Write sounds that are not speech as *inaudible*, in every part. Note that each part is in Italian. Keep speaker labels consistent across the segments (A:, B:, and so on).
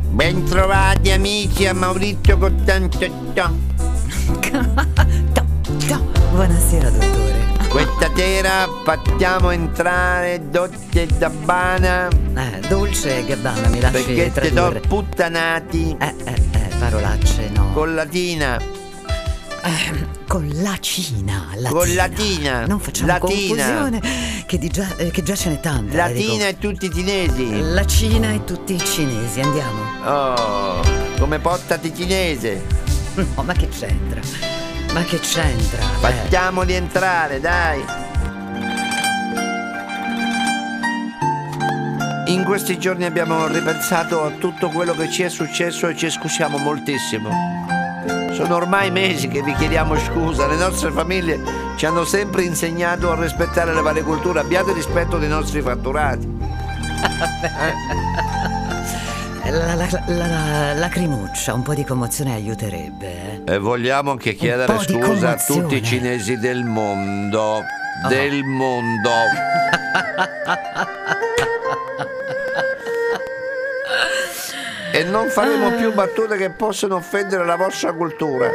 A: Bentrovati amici a Maurizio Costanzetto.
B: Buonasera dottore.
A: Questa sera facciamo entrare Dozze e Zabbana
B: Eh, dolce e gabbana, mi lasci
A: perché te do
B: tradurre.
A: puttanati
B: Eh, eh, eh, parolacce no.
A: con latina.
B: Ehm, Con la Cina, latina.
A: Con latina,
B: Non facciamo
A: latina.
B: confusione, che, di già, eh, che già ce n'è tanta. eh, dico.
A: Latina e tutti i cinesi.
B: La Cina e tutti i cinesi, andiamo.
A: Oh, come portati cinese.
B: No, Mm, oh, ma che c'entra? Ma che c'entra? Eh,
A: Facciamoli entrare, dai. In questi giorni abbiamo ripensato a tutto quello che ci è successo e ci scusiamo moltissimo. Sono ormai mesi che vi chiediamo scusa, le nostre famiglie ci hanno sempre insegnato a rispettare le varie culture, abbiate rispetto dei nostri fatturati.
B: eh, la, la, la, la- lacrimuccia, un po' di commozione aiuterebbe. eh.
A: E vogliamo anche
B: chiedere po' di scusa a commozione. Ah. tutti i
A: cinesi del mondo, del mondo. E non
B: Ah.
A: faremo più battute che possono offendere la vostra cultura.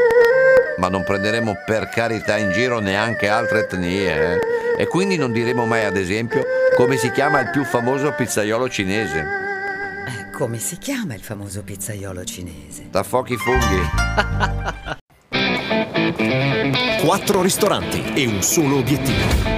A: Ma non prenderemo per carità in giro neanche altre etnie. eh. E quindi non diremo mai, ad esempio, come si chiama il più famoso pizzaiolo cinese.
B: Eh, come si chiama il famoso pizzaiolo cinese?
A: Da fuochi funghi.
C: Quattro ristoranti e un solo obiettivo.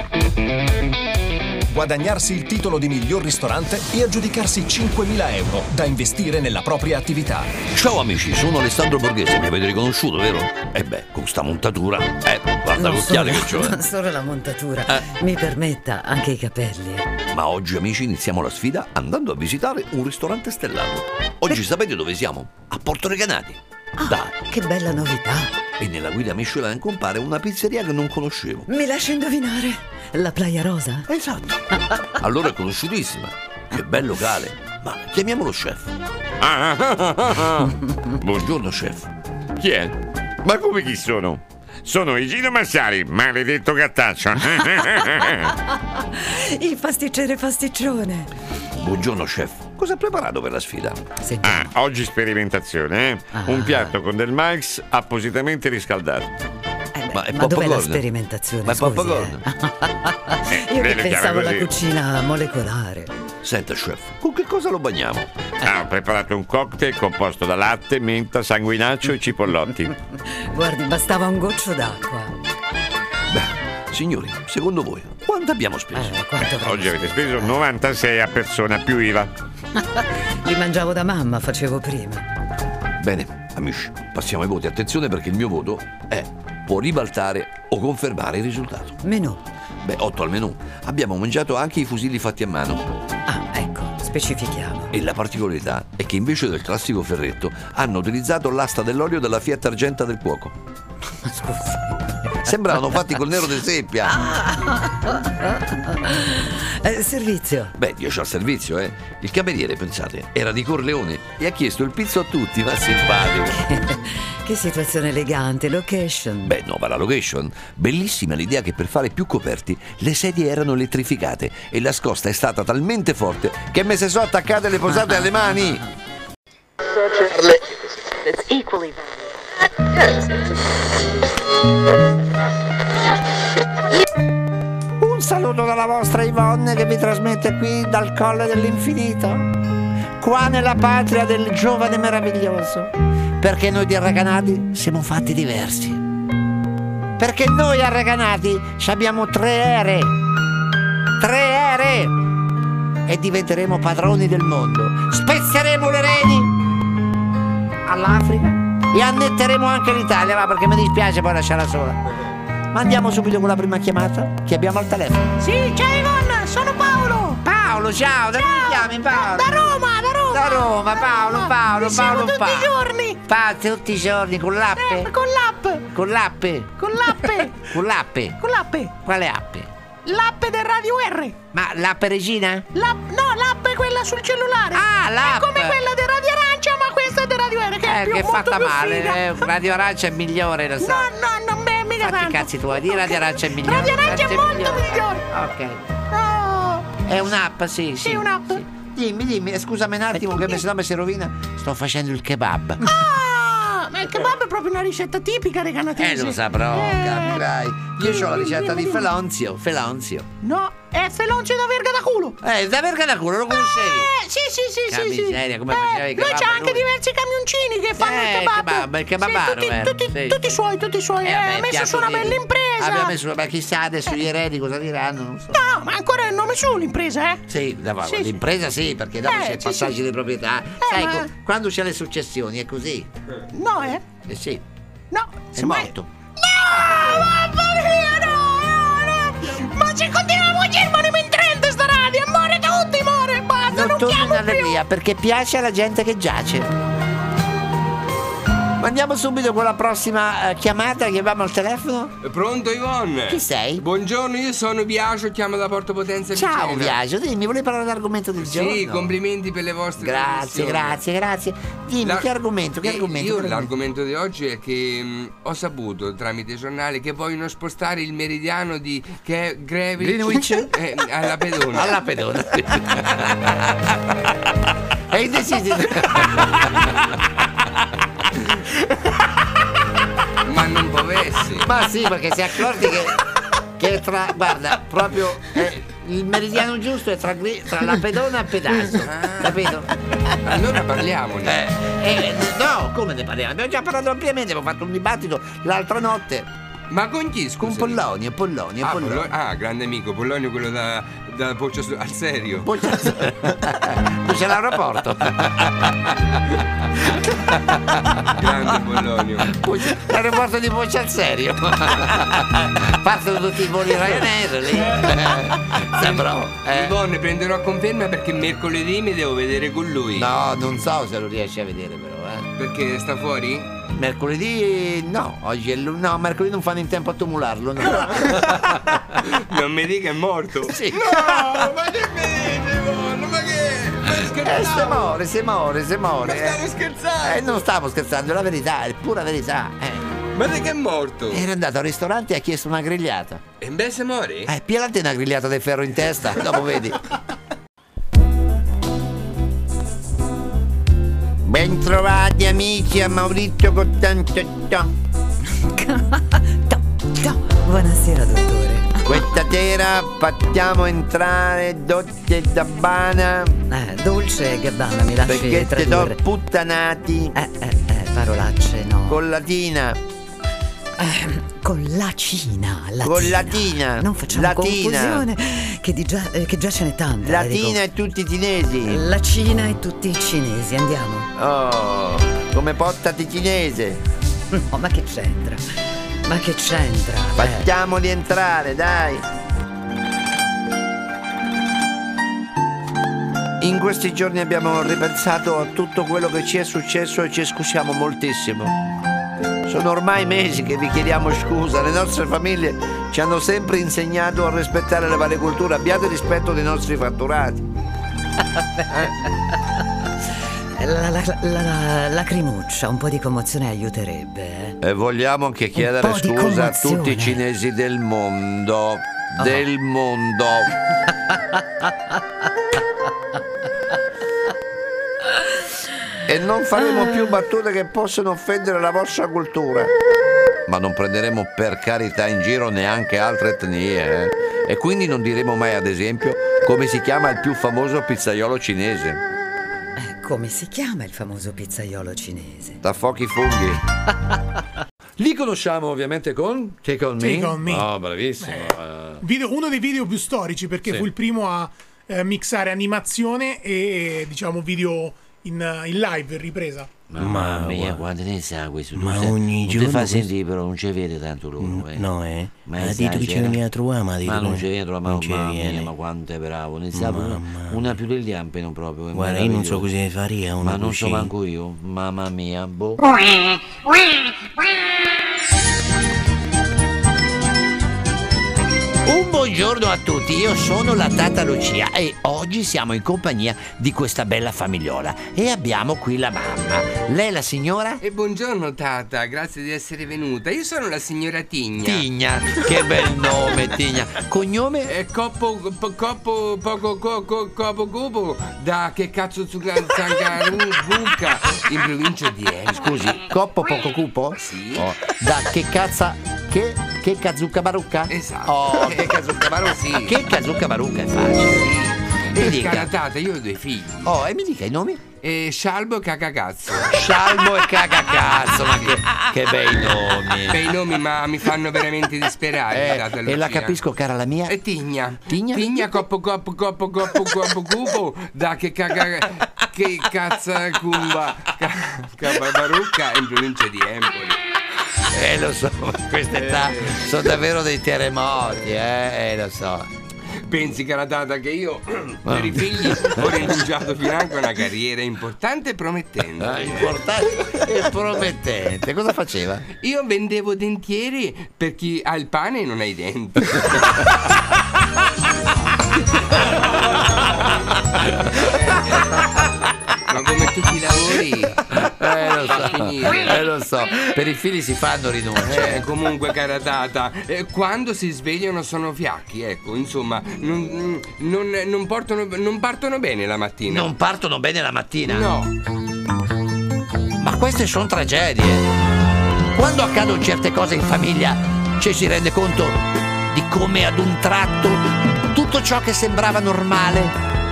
C: Guadagnarsi il titolo di miglior ristorante e aggiudicarsi 5.000 euro da investire nella propria attività.
D: Ciao amici, sono Alessandro Borghese, mi avete riconosciuto, vero? E beh, con sta montatura, eh, guarda
B: Non solo,
D: l'occhiale che c'ho,
B: *laughs* non solo la montatura,
D: Eh.
B: mi permetta anche i capelli.
D: eh. Ma oggi amici iniziamo la sfida andando a visitare un ristorante stellato. Oggi sapete dove siamo? A Porto Recanati.
B: Ah,
D: Dai,
B: che bella novità!
D: e nella guida Michelin compare una pizzeria che non conoscevo.
B: Mi lascia indovinare? La Playa Rosa?
D: Esatto. Allora è conosciutissima. Che bel locale. Ma chiamiamolo chef. Ah, ah, ah, ah. Buongiorno chef.
E: Chi è? Ma come chi sono? Sono Igino Massari, maledetto gattaccio.
B: *laughs*
D: *laughs*
B: Il pasticcere pasticcione!
D: Buongiorno chef. Cosa ha preparato per la sfida?
B: Sentiamo.
E: ah, oggi sperimentazione, eh?
B: Ah.
E: Un piatto con del mais appositamente riscaldato.
B: Eh beh,
D: ma è
B: dov'è la
D: popcorn?
B: sperimentazione?
D: Ma è
B: scusi,
D: popcorn?
B: eh?
E: Eh,
B: Io che
E: lei lo chiama
B: pensavo alla
E: così.
B: cucina molecolare.
D: Senta chef, con che cosa lo bagniamo?
E: Ah, ho preparato un cocktail composto da latte, menta, sanguinaccio e cipollotti.
B: Guardi, bastava un goccio d'acqua.
D: Beh, signori, secondo voi quanto abbiamo speso?
B: Eh, quanto avremmo
E: Oggi avete
B: speso?
E: speso 96 a persona più IVA.
B: *laughs* Li mangiavo da mamma, facevo prima.
D: Bene, amici, passiamo ai voti. Attenzione perché il mio voto è può ribaltare o confermare il risultato.
B: Menù.
D: Beh, 8 al menù. Abbiamo mangiato anche i fusilli fatti a mano.
B: Ah, ecco,
D: *laughs*
B: specifichiamo.
D: E la particolarità è che invece del classico ferretto hanno utilizzato l'asta dell'olio della Fiat Argenta del cuoco.
B: Ma Scusi.
D: Sembravano fatti col nero di seppia.
B: Eh, servizio.
D: Beh, 10 al servizio, eh. Il cameriere, pensate, era di Corleone e ha chiesto il pizzo a tutti, ma simpatico.
B: Che situazione elegante, location.
D: Beh, nuova la location. Bellissima l'idea che per fare più coperti le sedie erano elettrificate e la scossa è stata talmente forte che me se sono attaccate le posate alle mani.
F: It's equally valuable.
A: Un saluto dalla vostra Yvonne che vi trasmette qui dal Colle dell'Infinito, qua nella patria del giovane meraviglioso, perché noi di Arraganati siamo fatti diversi. Perché noi Arraganati ci abbiamo tre ere, tre ere, e diventeremo padroni del mondo. Spezzeremo le reni all'Africa e annetteremo anche l'Italia, va perché mi dispiace poi lasciarla sola. Ma andiamo subito con la prima chiamata che abbiamo al telefono.
G: Sì, ciao Ivonna, sono Paolo!
A: Paolo, ciao, da dove chiami Paolo?
G: Da Roma, da Roma!
A: Da Roma, Paolo, Paolo,
G: Ci
A: Paolo,
G: siamo tutti
A: Paolo.
G: i giorni!
A: Pa, tutti i giorni con l'appe?
G: Eh, con l'app!
A: Con l'appe?
G: Con
A: *laughs*
G: l'app!
A: Con l'appe?
G: con l'app!
A: Quale appe?
G: L'app del Radio R!
A: Ma l'appe regina?
G: L'app, no, l'app è quella sul cellulare!
A: Ah, l'app.
G: È come quella del Radio Arancia, ma questa è del Radio R, che è
A: Eh,
G: più,
A: che è
G: molto
A: fatta
G: più
A: male,
G: figa.
A: eh, Radio Arancia è migliore, lo so.
G: No, no, non beh, mica
A: Fatti i
G: tanto.
A: cazzi tuoi, di Radio
G: Ok.
A: Arancia è migliore. *laughs*
G: Radio Arancia è molto migliore!
A: migliore. Ok.
G: No!
F: *laughs*
A: È un'app, sì, sì.
G: Sì, un'app.
A: sì. Dimmi, dimmi, eh, scusami un attimo che se no mi si rovina. Sto facendo il kebab.
G: Ah, ma il kebab è proprio una ricetta tipica dei
D: Eh,
G: canatesi.
D: lo saprò,
G: Eh,
D: capirai. Io ho la
G: dimmi,
D: ricetta
G: dimmi,
D: di
G: dimmi.
D: Felonzio, Felonzio.
G: No, eh, è feloncio da verga da culo.
D: Eh, da verga da culo, lo conoscevi?
G: Eh, sì, sì, sì,
D: Che
G: sì, Eh, sì.
D: miseria, come faceva il
G: Noi
D: kebab
G: c'è anche
D: lui.
G: diversi camioncini che fanno
D: Eh,
G: il kebab.
D: il kebab, il
G: Sì,
D: kebabaro,
G: tutti,
D: eh,
G: tutti,
D: sì.
G: tutti i suoi, tutti i suoi.
D: Eh,
G: Eh,
D: vabbè,
G: ha messo
D: piatto
G: su una
D: di-
G: bella impresa.
D: Abbiamo messo, ma chissà adesso gli eredi cosa diranno, non so.
G: No, no, ma ancora è il nome su l'impresa, eh?
D: Sì, da-
G: Sì, sì.
D: l'impresa sì, perché dopo
G: Eh,
D: c'è il
G: sì,
D: passaggio
G: sì. Eh,
D: di proprietà. Sai,
G: ma-
D: co- quando c'è le successioni è così.
G: No, eh?
D: Eh sì,
G: No,
D: è
G: semmai-
D: morto.
G: No, mamma mia, no, no, no. Ma se continuiamo a girmare in 30 sta radio, muore tutti, muore, basta,
A: Non,
G: non,
A: torno in
G: chiamo più.
A: allegria perché piace alla gente che giace. Ma andiamo subito con la prossima eh, chiamata che abbiamo al telefono.
F: Pronto Ivonne?
A: Chi sei?
F: Buongiorno, io sono Biagio, chiamo da Porto Potenza
A: Ciao
F: Vicenza.
A: Ah, Viaggio, dimmi, volevi parlare dell'argomento del giorno?
F: Esatto. Sì, complimenti per le vostre
A: Grazie,
F: trasmissioni.
A: grazie, grazie. Dimmi
F: La-
A: che argomento, che
F: Eh,
A: argomento?
F: Io
A: che argomento?
F: l'argomento di oggi è che mh, ho saputo tramite i giornali che vogliono spostare il meridiano di che Greenwich
D: Greenwich?
F: *laughs* eh, alla pedona. Ah,
D: Alla
F: *laughs*
D: pedona.
A: È indeciso.
F: Ma non dovessi.
A: Ma sì, perché si è accorti che, che tra. Guarda, proprio eh, il meridiano giusto è tra, gri- tra la pedona e pedazzo. Capito?
F: Ah. Allora parliamone.
A: Eh, eh, no, come ne parliamo? Abbiamo già parlato ampiamente, abbiamo fatto un dibattito l'altra notte
F: Ma con chi scusa?
A: con Pollonio, Pollonio,
F: Ah,
A: Pollonio.
F: Pollo- ah, grande amico, Pollonio quello da, da Boccia su- al serio.
A: Poi c'è, poi *laughs* c'è
F: *laughs*
A: l'aeroporto.
F: Grande Pollonio.
A: Poi c'è l'aeroporto di Boccia al
F: *laughs*
A: serio. Partono tutti i voli Ryanair lì. Saprò. eh.
F: Ivonne prenderò conferma perché mercoledì mi devo vedere con lui.
A: No, non so se lo riesci a vedere però, eh.
F: Perché sta fuori?
A: Mercoledì no, oggi è lunedì. No, mercoledì non fanno in tempo a tumularlo, no.
F: *laughs* Non mi dica è morto.
A: Sì.
F: No, ma che mi dici Ivonne? Ma che? Ma
A: Eh, se
F: scherzavo.
A: muore, se muore, se
F: Ma
A: muore.
F: stavo
A: eh.
F: scherzando.
A: Eh, non stavo scherzando, è la verità, è pura verità. eh.
F: Ma di che è morto?
A: Era andato al ristorante e ha chiesto una grigliata.
F: E beh se muore?
A: Eh, pialate una grigliata del ferro in testa, dopo vedi. Bentrovati amici a Maurizio 88.
B: To, to. Buonasera, dottore.
A: Questa sera facciamo entrare Dozze e Gabbana
B: Eh, dolce e gabbana, mi lasci
A: perché se do
B: tradurre.
A: puttanati
B: Eh, eh, eh, parolacce, no.
A: con latina.
B: Ehm, con la Cina, latina.
A: Con latina,
B: Non facciamo
A: latina.
B: confusione, che, di già, eh, che già ce n'è tanta. la dico. *laughs*
A: Latina e tutti i cinesi.
B: La Cina e tutti i cinesi, andiamo.
A: Oh, come portati cinese.
B: No, Oh, ma che c'entra? Ma che c'entra? Eh,
A: Facciamoli entrare, dai. In questi giorni abbiamo ripensato a tutto quello che ci è successo e ci scusiamo moltissimo. Sono ormai mesi che vi chiediamo scusa, le nostre famiglie ci hanno sempre insegnato a rispettare la varie culture, abbiate rispetto dei nostri fatturati.
B: Eh, la, la, la, la- lacrimuccia, un po' di commozione aiuterebbe. eh.
D: E vogliamo anche chiedere
B: po' di
D: scusa a
B: commozione.
D: tutti i cinesi del mondo. Del mondo.
A: E non faremo più battute che possono offendere la vostra cultura.
D: Ma non prenderemo per carità in giro neanche altre etnie. eh. E quindi non diremo mai, ad esempio, come si chiama il più famoso pizzaiolo cinese.
B: Eh, come si chiama il famoso pizzaiolo cinese?
D: Da fuochi funghi. Li conosciamo ovviamente con Take On Me.
H: Take On Me.
D: Oh, bravissimo. eh.
H: Video- uno dei video più storici perché
D: Sì.
H: fu il primo a eh, mixare animazione e eh, diciamo video in, eh, in live, in ripresa.
A: Mamma mia, quanto ne sa questo? Ma ogni giorno. Non ti fa sentire, però non ci vede tanto loro. Eh.
I: No, eh?
A: Ma
I: ha
A: sai,
I: detto che ci
A: c'era-
I: veniva a trovare, ma ha detto
A: Ma non
I: come-
A: ci viene, ma
I: non ci
A: mamma mia,
I: viene.
A: ma quanto è bravo, ne sa proprio
I: Mamma
A: una più degli ampi, non proprio. è
I: Guarda, io non so
A: meraviglioso.
I: cosa faria una
A: Ma non so
I: cucina.
A: manco io, mamma mia, boh. Un Buongiorno a tutti, io sono la Tata Lucia e oggi siamo in compagnia di questa bella famigliola e abbiamo qui la mamma. Lei la signora?
F: E buongiorno Tata, grazie di essere venuta. Io sono la signora Tigna.
A: Tigna, che bel nome Tigna. Cognome?
F: E Eh, coppo, po- coppo, poco, coco, copo, copo, da che cazzo zucca- zangaru, buca, in provincia di Enna.
A: Scusi, *laughs* Coppo Poco Cupo?
F: Sì.
A: Oh, da che cazza... che... che Kazuka Barucca?
F: Esatto.
A: Oh,
F: che cazzo cavaro sì.
A: che Kazuka Barucca è facile. Mi
F: E
A: dica.
F: Eh, cara Tata, io ho due figli.
A: Oh, e mi dica i nomi?
F: E Scialbo e Cacacazzo.
A: Scialmo e Cagacazzo, ma
F: *laughs*
A: che, che bei nomi.
F: Bei nomi, ma mi fanno veramente disperare.
A: Eh,
F: Tata
A: e la
F: Lucia.
A: capisco, cara la mia.
F: E Tigna.
A: Tigna?
F: coppo, coppo, coppo, coppo, coppo, cupo, da che caga... Che cazzo cumba ca- cabarbarucca in provincia di Empoli.
A: Eh, lo so, ma a *laughs* questa età sono davvero dei terremoti, eh, eh, lo so. Ah.
F: Pensi, cara Tata, che io *clears throat* per i figli ho rinunciato fino anche a una carriera importante e
A: Ah,
F: promettente.
A: importante e promettente. Cosa faceva?
F: Io vendevo dentieri per chi ha il pane e non ha
A: *laughs*
F: i denti. Ma come tutti i lavori
A: Eh, lo so.
F: Finire.
A: Eh, lo so. Per i figli si fanno
F: Eh,
A: rinunce.
F: comunque, cara Tata, eh, quando si svegliano sono fiacchi, ecco, insomma, non, non- non portano- non partono bene la mattina.
A: Non partono bene la mattina.
F: No,
A: Ma queste sono tragedie. Quando accadono certe cose in famiglia, ci si rende conto di come ad un tratto tutto ciò che sembrava normale,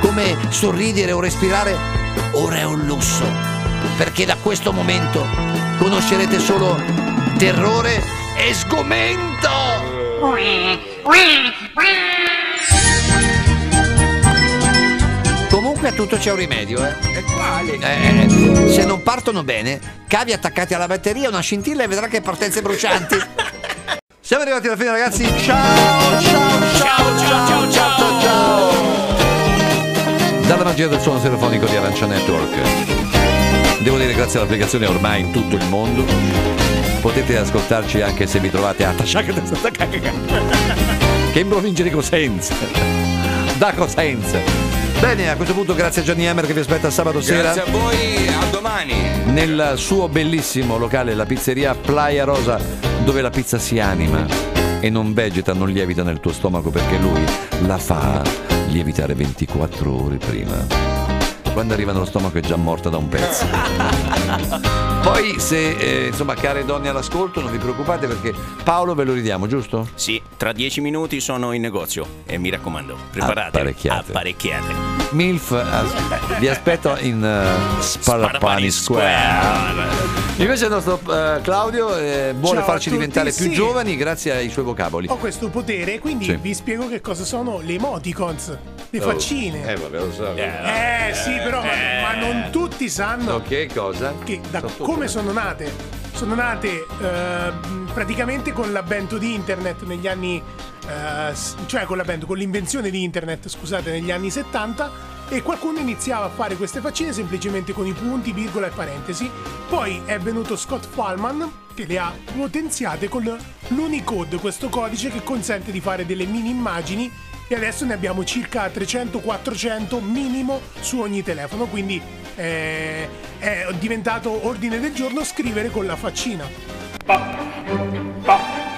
A: come sorridere o respirare, ora è un lusso. Perché da questo momento conoscerete solo terrore e sgomento. Comunque a tutto c'è un rimedio, eh.
F: e quale?
A: Eh, eh, se non partono bene, cavi attaccati alla batteria, una scintilla e vedrà che partenze brucianti. *laughs* Siamo arrivati alla fine, ragazzi. Ciao, ciao, ciao, ciao, ciao, ciao,
D: Dalla magia del suono telefonico di Arancia Network. Devo dire grazie all'applicazione ormai in tutto il mondo. Potete ascoltarci anche se vi trovate a Tashakatasatakaka, che è in provincia di Cosenza. Da Cosenza. Bene, a questo punto grazie a Gianni Hammer che vi aspetta sabato sera
F: Grazie a voi, a domani.
D: nel suo bellissimo locale, la pizzeria Playa Rosa, dove la pizza si anima e non vegeta, non lievita nel tuo stomaco perché lui la fa lievitare 24 ore prima. Quando arriva nello stomaco è già morta da un
E: *laughs*
D: pezzo. Poi se, eh, insomma, care donne all'ascolto, non vi preoccupate perché Paolo ve lo ridiamo, giusto?
I: Sì, tra dieci minuti sono in negozio e mi raccomando, preparate,
D: Apparecchiate.
I: apparecchiate.
D: MILF as- vi aspetto in eh,
I: Sparapani
D: Sparapani Square. Invece il nostro eh, Claudio eh, vuole
H: Ciao a
D: farci
H: tutti,
D: diventare più
H: sì. Oh,
D: giovani grazie ai suoi vocaboli.
H: Ho questo potere, quindi
D: Sì. Oh.
H: vi spiego che cosa sono le emoticons, le faccine.
E: Eh, vabbè, lo so.
H: Eh, sì, però ma- ma non tutti sanno
D: Ok, cosa?
H: che da come sono nate. Sono nate eh, praticamente con l'avvento di internet negli anni. eh, s- cioè con l'avvento, con l'invenzione di internet, scusate, negli anni 70. E qualcuno iniziava a fare queste faccine semplicemente con i punti, virgola e parentesi. Poi è venuto Scott Fallman che le ha potenziate con l'Unicode, questo codice che consente di fare delle mini immagini. E adesso ne abbiamo circa 300-400 minimo su ogni telefono. Quindi eh, è diventato ordine del giorno scrivere con la faccina.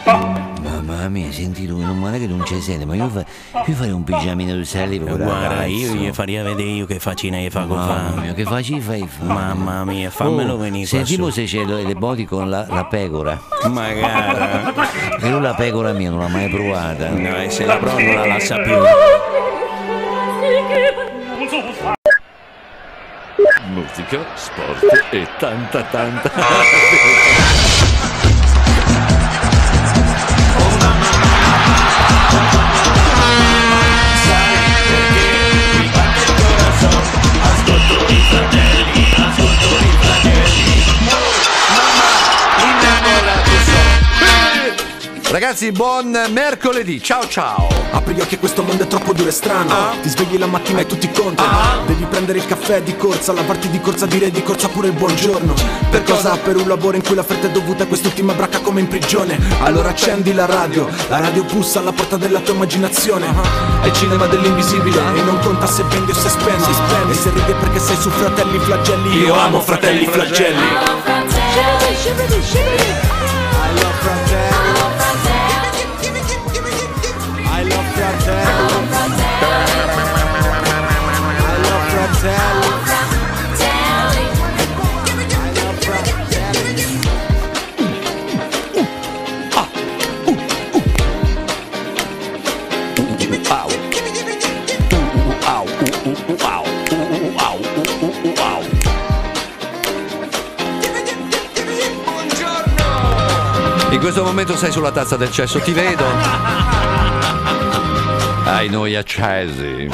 A: Mamma mia, senti lui, non male che non c'è sede, ma io, fa- io farei un pigiamino di sale per quel
I: Guarda,
A: ragazzo.
I: io gli faria vedere io che faccina gli fa con
A: Mamma
I: fa.
A: mia, che facci fai fare?
I: Mamma mia, fammelo
A: Oh,
I: venire qua
A: Sentiamo
I: su.
A: se c'è lo- le body con la, la pecora.
I: Ma guarda,
A: E lui la pecora mia non l'ha mai provata.
I: no, e se la prova non la lascia più.
E: Musica, sport e tanta, tanta.
D: Ragazzi, ragazzi, buon mercoledì. Ciao ciao.
J: Apri gli occhi, questo mondo è troppo duro e strano. Ti svegli la mattina e tutti contano. Devi prendere il caffè di corsa, lavarti di corsa, dire di corsa pure il buongiorno. Per cosa? Per un lavoro in cui la fretta è dovuta a quest'ultima bracca come in prigione. Allora accendi la radio, la radio pulsa alla porta della tua immaginazione. È il cinema dell'invisibile e non conta se vendi o se spendi. E se ride perché sei su fratelli flagelli. Ah. Io amo fratelli flagelli.
D: In questo momento sei sulla tazza del cesso, ti vedo. Ai noi accesi.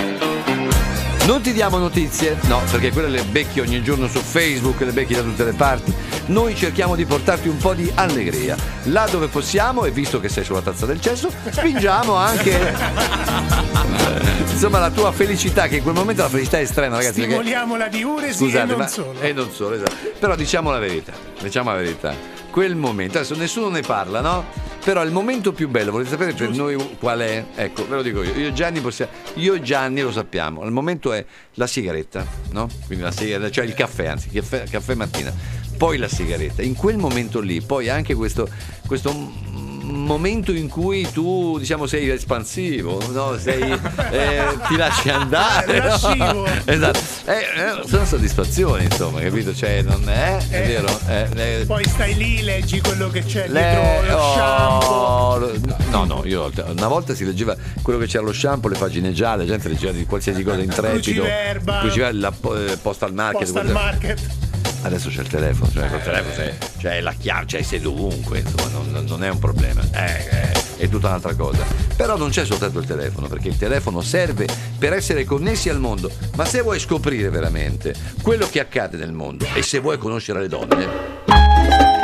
D: Non ti diamo notizie, no, perché quelle le becchi ogni giorno su Facebook, le becchi da tutte le parti. Noi cerchiamo di portarti un po' di allegria. Là dove possiamo, e visto che sei sulla tazza del cesso, *laughs* spingiamo
A: eh.
D: anche. Insomma, la tua felicità, che in quel momento la felicità è estrema, ragazzi. perché-
H: Stimoliamo la diuresi e non
D: ma-
H: solo.
D: e non solo, esatto. Però diciamo la verità, diciamo la verità. Quel momento, adesso nessuno ne parla, no? Però il momento più bello, volete sapere per noi qual è? Ecco, ve lo dico io. Io e Gianni possiamo, io e Gianni lo sappiamo. Il momento è la sigaretta, no? Quindi la sigaretta, cioè il caffè, anzi, caffè, caffè mattina. Poi la sigaretta. In quel momento lì, poi anche questo, questo m- momento in cui tu diciamo sei espansivo, no? sei, eh, ti lasci andare. no?
H: Lascivo.
D: Esatto. Eh, eh, sono soddisfazioni, insomma, capito? Cioè, non è, è
H: Eh.
D: vero? Eh, eh,
H: Poi stai lì, leggi quello che c'è
D: le-
H: dietro lo
D: oh,
H: shampoo.
D: lo- no, no, io una volta si leggeva quello che c'era lo shampoo, le pagine gialle, la gente leggeva di
H: *laughs*
D: qualsiasi cosa intrepido.
H: Cruciverba.
D: Cruciverba, la po- eh, postal market,
H: Posta al
D: quello-
H: market.
D: Adesso c'è il telefono, cioè col telefono sei- cioè, la chiave, cioè sei dovunque, insomma, non, non- non è un problema. Eh, eh, è tutta un'altra cosa. Però non c'è soltanto il telefono, perché il telefono serve per essere connessi al mondo. Ma se vuoi scoprire veramente quello che accade nel mondo e se vuoi conoscere le donne.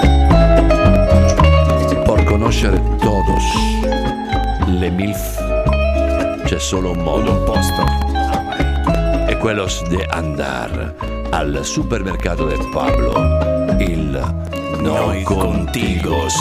D: Por conoscere todos le MILF c'è solo un modo, un posto e quello de andar al supermercato de Pablo, il no contigos.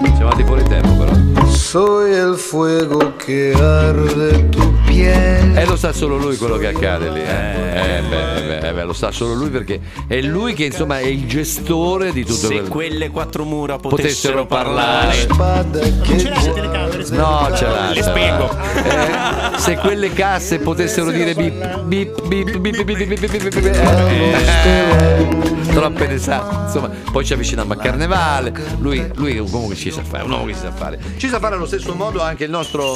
D: Siamo andati fuori tempo però.
K: Soy el fuego que arde tu piel.
D: Eh, lo sa solo lui quello che accade lì. Eh, Eh, beh, beh, eh, beh, lo sa solo lui perché è lui che insomma è il gestore di tutto
I: Se
D: quello.
I: quelle quattro mura
D: Potessero
I: potessero parlare.
K: Spada che
H: Ce l'hai le telecamere? scusa?
D: No, ce l'ha.
I: Le
D: ce l'ha.
I: spiego.
D: Eh, se quelle casse potessero dire bip bip bip bip bip bip bip bip, bip, bip, eh, troppe ne sa. Insomma, poi ci avviciniamo a Carnevale. Lui, lui è un uomo che ci sa fare, un uomo che ci sa fare. Ci sa fare allo stesso modo anche il nostro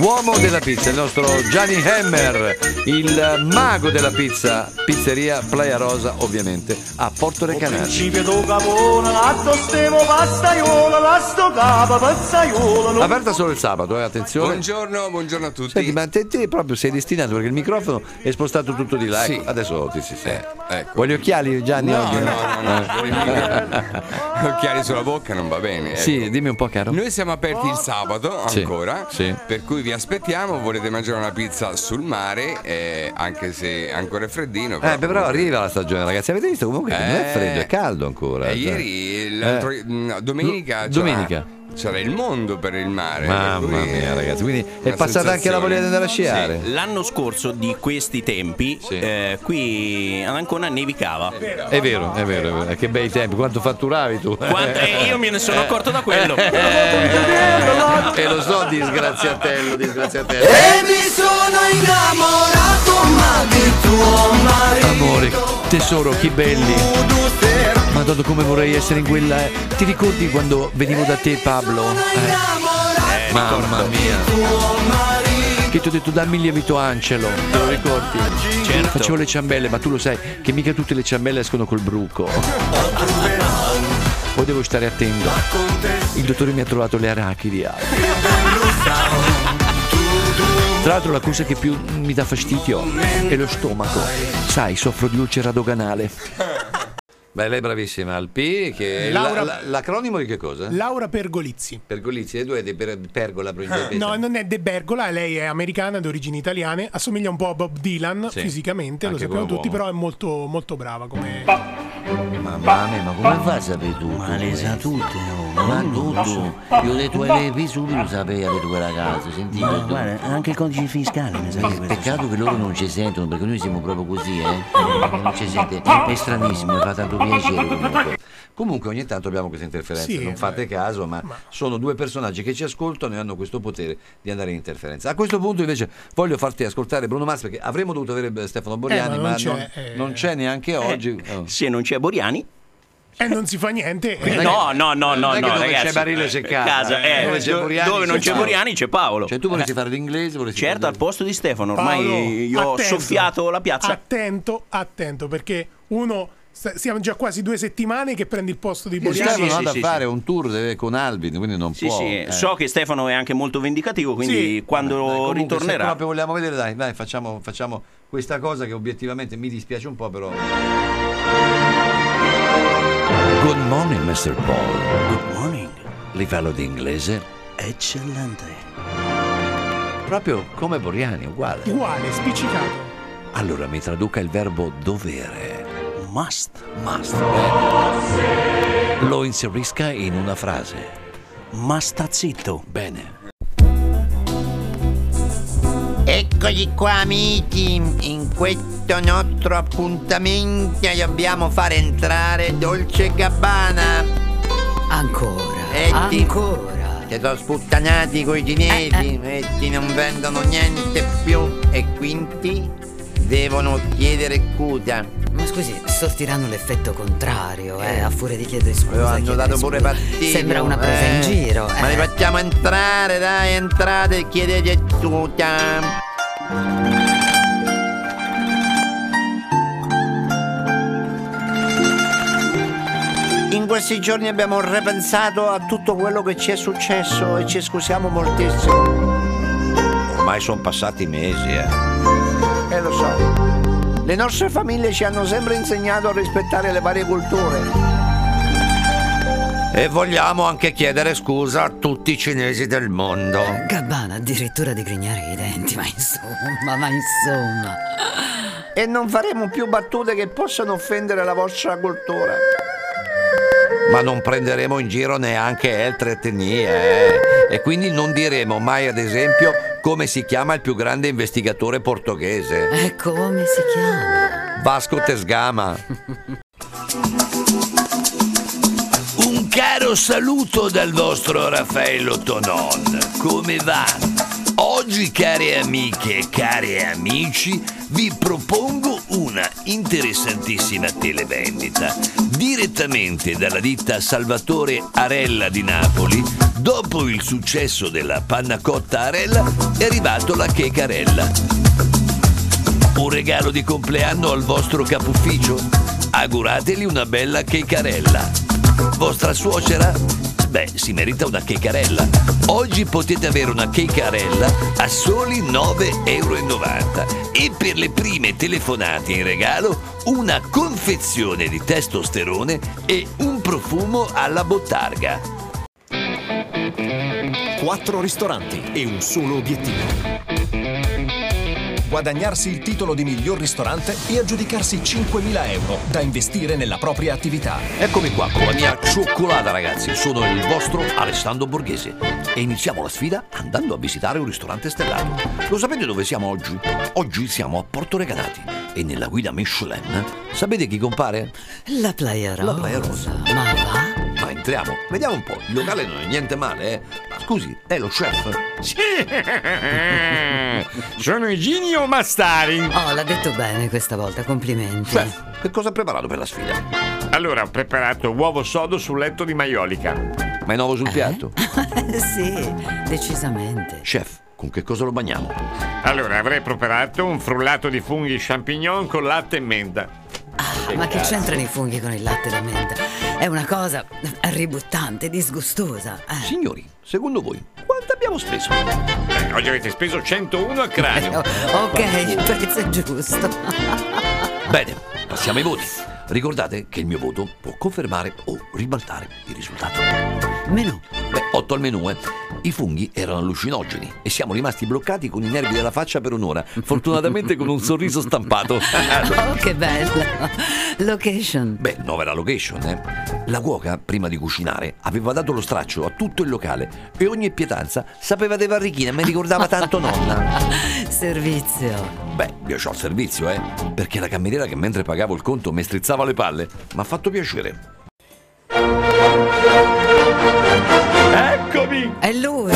D: uomo della pizza, il nostro Gianni Hammer, il mago della pizza, pizzeria Playa Rosa, ovviamente, a Porto Recanati. Aperta solo il sabato, eh, attenzione.
F: Buongiorno, buongiorno a tutti.
D: Senti, ma te, te proprio sei destinato perché il microfono è spostato tutto di là.
F: Sì.
D: Ecco, adesso ti si sente.
F: ecco.
D: Vuoi gli occhiali Gianni
F: No,
D: oggi? Eh.
F: no, no, no, fuori mica. Occhiali sulla bocca non va bene. ecco.
D: Sì, dimmi un po' caro.
F: Noi siamo aperti il sabato
D: Sì,
F: ancora,
D: sì.
F: per cui vi aspettiamo, volete mangiare una pizza sul mare, eh, anche se ancora è freddino.
D: Eh, beh, però arriva la stagione, ragazzi. Avete visto comunque che non è
F: Eh.
D: freddo, è caldo ancora.
F: Eh,
D: Cioè,
F: ieri, l'altro- no, domenica, c'era-
D: Eh. domenica.
F: c'era il mondo per il mare. per
D: Mamma
F: cui,
D: mia,
F: eh,
D: ragazzi. Quindi è
F: una
D: passata anche la
F: sensazione.
D: voglia di andare a sciare.
I: L'anno scorso di questi tempi,
D: Sì.
I: eh, qui ad Ancona nevicava.
D: È vero, è vero, è vero. Eh, Che bei tempi, quanto fatturavi tu?
I: Quanto- e Eh,
G: eh,
I: io me ne
A: Eh,
I: sono accorto da quello.
D: Eh, e lo so, disgraziatello, disgraziatello. E mi sono innamorato ma di tuo marito. Amore, tesoro, che belli. Madonna, come vorrei essere in quella. eh, Ti ricordi quando venivo da te, Pablo? Eh, Mamma mia. Che ti ho detto dammi il lievito Angelo, te lo ricordi? Facevo le ciambelle, ma tu lo sai che mica tutte le ciambelle escono col bruco. Poi devo stare attento. Il dottore mi ha trovato le arachidi. ah. Tra l'altro la cosa che più mi dà fastidio è lo stomaco. Sai, soffro di ulcera doganale. Beh, lei è bravissima. Al P, che è
H: Laura-
D: la- la- l'acronimo di che cosa?
H: Laura Pergolizzi.
D: Pergolizzi, e due di per- pergola. probabilmente.
H: No, non è De Bergola, lei è americana d'origini italiane, assomiglia un po' a Bob Dylan
D: Sì,
H: fisicamente, lo
D: anche
H: sappiamo
D: come
H: tutti,
D: uomo.
H: però è molto, molto brava come...
A: Mamma mia, ma come fa a sapere tutto? Ma le sa tutte, ma tutto. Io ho detto alle Vesuvio lo sapeva per quella casa, sentite.
L: Ma Eh, guarda, anche il codice fiscale ne sa che
A: Peccato che loro non ci sentono, perché noi siamo proprio così, eh. Non ci sente. È stranissimo, mi fa tanto piacere comunque.
D: Comunque ogni tanto abbiamo queste interferenze,
A: Sì,
H: eh,
D: non fate caso, ma, sono due personaggi che ci ascoltano e hanno questo potere di andare in interferenza. A questo punto invece voglio farti ascoltare Bruno Mars perché avremmo dovuto avere Stefano Boriani,
H: Eh, ma
D: ma,
H: non
D: non,
H: c'è, eh.
D: non c'è neanche oggi.
I: eh,
D: Oh.
I: Se non c'è Boriani,
H: E non si fa niente.
I: Eh, No, no, no, no,
D: non è che
I: no,
D: dove
I: ragazzi.
D: c'è Barile c'è casa,
I: eh,
D: eh, dove c'è
I: do-
D: Boriani
I: dove non
D: c'è
I: c'è
D: Paolo.
I: Boriani c'è Paolo. Eh,
D: Cioè, tu vorresti fare l'inglese?
I: certo, al posto di Stefano, ormai
H: Paolo,
I: io ho
H: attento.
I: soffiato la piazza.
H: Attento, attento, perché uno, sta- siamo già quasi due settimane che prendi il posto di
D: Sì,
H: Boriani.
D: Stefano
I: sì,
D: vada
I: sì,
D: a fare un tour de- con Albin, quindi non
I: Sì,
D: può.
I: sì,
D: eh.
I: so che Stefano è anche molto vendicativo, quindi
D: Sì.
I: quando
D: Comunque, Se
I: ritornerà.
D: proprio vogliamo vedere, dai, dai, facciamo, facciamo questa cosa che obiettivamente mi dispiace un po', però. Good morning, Mr. Paul. Good morning. Livello di inglese? Eccellente. Proprio come Boriani, uguale.
H: Uguale, spiccicato.
D: Allora mi traduca il verbo dovere. Must. Must. Bene. Lo inserisca in una frase. Ma sta zitto. Bene.
A: Eccoci qua amici, in questo nostro appuntamento gli abbiamo far entrare Dolce Gabbana.
B: Ancora,
A: ancora. Ti sono sputtanati coi cinesi e ti non vendono niente più e quindi devono chiedere scusa.
B: Ma scusi, sortiranno l'effetto contrario, eh, a furia di chiedere scusa.
A: Lo hanno
B: chiedere
A: dato
B: scusa.
A: pure partito.
B: Sembra una presa in giro.
A: Ma li
B: eh.
A: facciamo entrare, dai, entrate e chiedete scusa. In questi giorni abbiamo repensato a tutto quello che ci è successo e ci scusiamo moltissimo.
M: Ormai sono passati mesi, eh.
A: E Eh, lo so. Le nostre famiglie ci hanno sempre insegnato a rispettare le varie culture.
M: E vogliamo anche chiedere scusa a tutti i cinesi del mondo.
B: Gabbana addirittura di grignare i denti, ma insomma, ma insomma.
A: E non faremo più battute che possano offendere la vostra cultura.
M: Ma non prenderemo in giro neanche altre etnie, eh. E quindi non diremo mai, ad esempio, come si chiama il più grande investigatore portoghese.
B: E eh, come si chiama?
M: Vasco Tesgama. Un caro saluto dal vostro Raffaello Tonon. Come va? Oggi, care amiche e cari amici, vi propongo una interessantissima televendita direttamente dalla ditta Salvatore Arella di Napoli. Dopo il successo della panna cotta Arella è arrivato la checarella. Un regalo di compleanno al vostro capufficio? Augurategli una bella checarella. Vostra suocera? Beh, si merita una checarella. Oggi potete avere una checarella a soli 9,90 euro. E per le prime telefonate in regalo, una confezione di testosterone e un profumo alla bottarga.
C: Quattro ristoranti e un solo obiettivo. Guadagnarsi il titolo di miglior ristorante e aggiudicarsi 5.000 euro da investire nella propria attività.
M: Eccomi qua con la mia cioccolata ragazzi, sono il vostro Alessandro Borghese e iniziamo la sfida andando a visitare un ristorante stellato. Lo sapete dove siamo oggi? Oggi siamo a Porto Recanati e nella guida Michelin sapete chi compare?
B: La Playa Rosa.
M: La Playa Rosa.
B: Ma va?
M: Ma entriamo, vediamo un po', il locale non è niente male eh, ma scusi, è lo chef?
E: Sì. Eh, Sono Iginio Mastari.
B: Oh, l'ha detto bene questa volta, complimenti.
M: Chef, che cosa ha preparato per la sfida?
E: Allora, ho preparato uovo sodo sul letto di maiolica.
M: Ma è nuovo sul piatto?
B: sì, decisamente.
M: Chef, con che cosa lo bagniamo?
E: Allora, avrei preparato un frullato di funghi champignon con latte e menta.
B: Ah, Ma che
E: cazzo.
B: c'entrano i funghi con il latte da menta? È una cosa ributtante, disgustosa. eh.
M: Signori, secondo voi quanto abbiamo speso?
E: Eh, oggi avete speso 101 a
M: Eh,
E: cranio.
B: Ok, il prezzo è giusto. *laughs*
M: Bene, passiamo ai voti.
D: Ricordate che il mio voto può confermare o ribaltare il risultato.
B: Menù.
D: Beh, 8 al menù, eh. I funghi erano allucinogeni e siamo rimasti bloccati con i nervi della faccia per un'ora, fortunatamente con un sorriso stampato.
B: Oh, che bella! Location.
D: Beh, no, era location, eh. La cuoca, prima di cucinare, aveva dato lo straccio a tutto il locale e ogni pietanza sapeva di varrichina, mi ricordava tanto nonna.
B: Servizio.
D: Beh, io c'ho il servizio, eh. Perché la cameriera che mentre pagavo il conto mi strizzava le palle, mi ha fatto piacere.
M: Ecco.
B: Eccomi! È lui.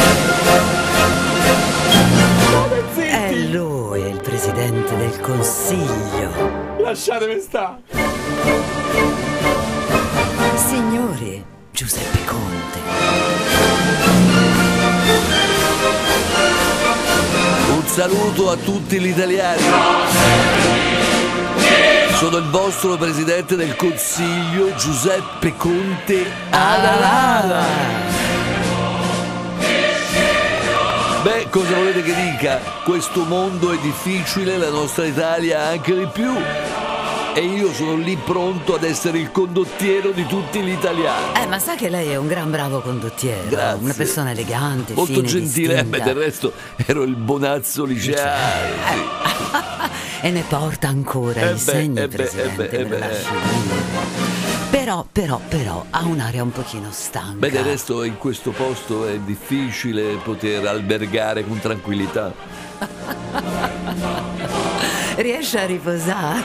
B: È lui, è il presidente del consiglio.
N: Lasciatemi stare.
B: Signori, Giuseppe Conte.
D: Un saluto a tutti gli italiani. Sono il vostro presidente del Consiglio Giuseppe Conte Adalada. Beh, cosa volete che dica? Questo mondo è difficile, la nostra Italia anche di più. E io sono lì pronto ad essere il condottiero di tutti gli italiani.
B: Eh, ma sa che lei è un gran bravo condottiero.
D: Grazie.
B: Una persona elegante,
D: Molto
B: fine,
D: gentile, eh, beh,
B: distinta.
D: del resto ero il bonazzo liceale.
B: E ne porta ancora
D: Eh
B: i
D: beh,
B: segni,
D: eh beh,
B: presidente,
D: eh beh,
B: me lo
D: eh beh.
B: lasci dire. Però, però, però, ha un'aria un pochino stanca. *laughs*
D: Beh, del resto in questo posto è difficile poter albergare con tranquillità.
B: Riesce a riposare.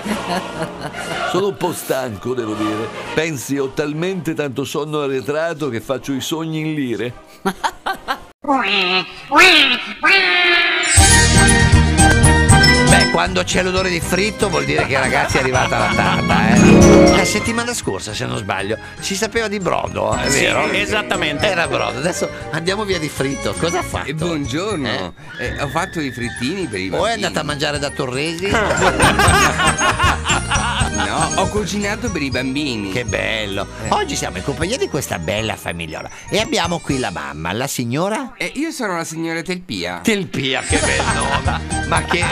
D: Sono un po' stanco, devo dire. Pensi, ho talmente tanto sonno arretrato che faccio i sogni in lire.
A: Beh, quando c'è l'odore di fritto vuol dire che ragazzi è arrivata la tarda, eh. La settimana scorsa, se non sbaglio, si sapeva di brodo, è
I: Sì,
A: vero?
I: esattamente.
A: Era brodo. Adesso andiamo via di fritto. Cosa ha fatto?
F: Eh, buongiorno, Eh, ho fatto i frittini per i
A: O è
F: bambini.
A: andata a mangiare da Torresi?
F: No, ho cucinato per i bambini.
A: Che bello. Oggi siamo in compagnia di questa bella famigliola e abbiamo qui la mamma, la signora
F: Eh, io sono la signora
A: *laughs*
F: Telpia.
A: Telpia, che bel nome. Ma che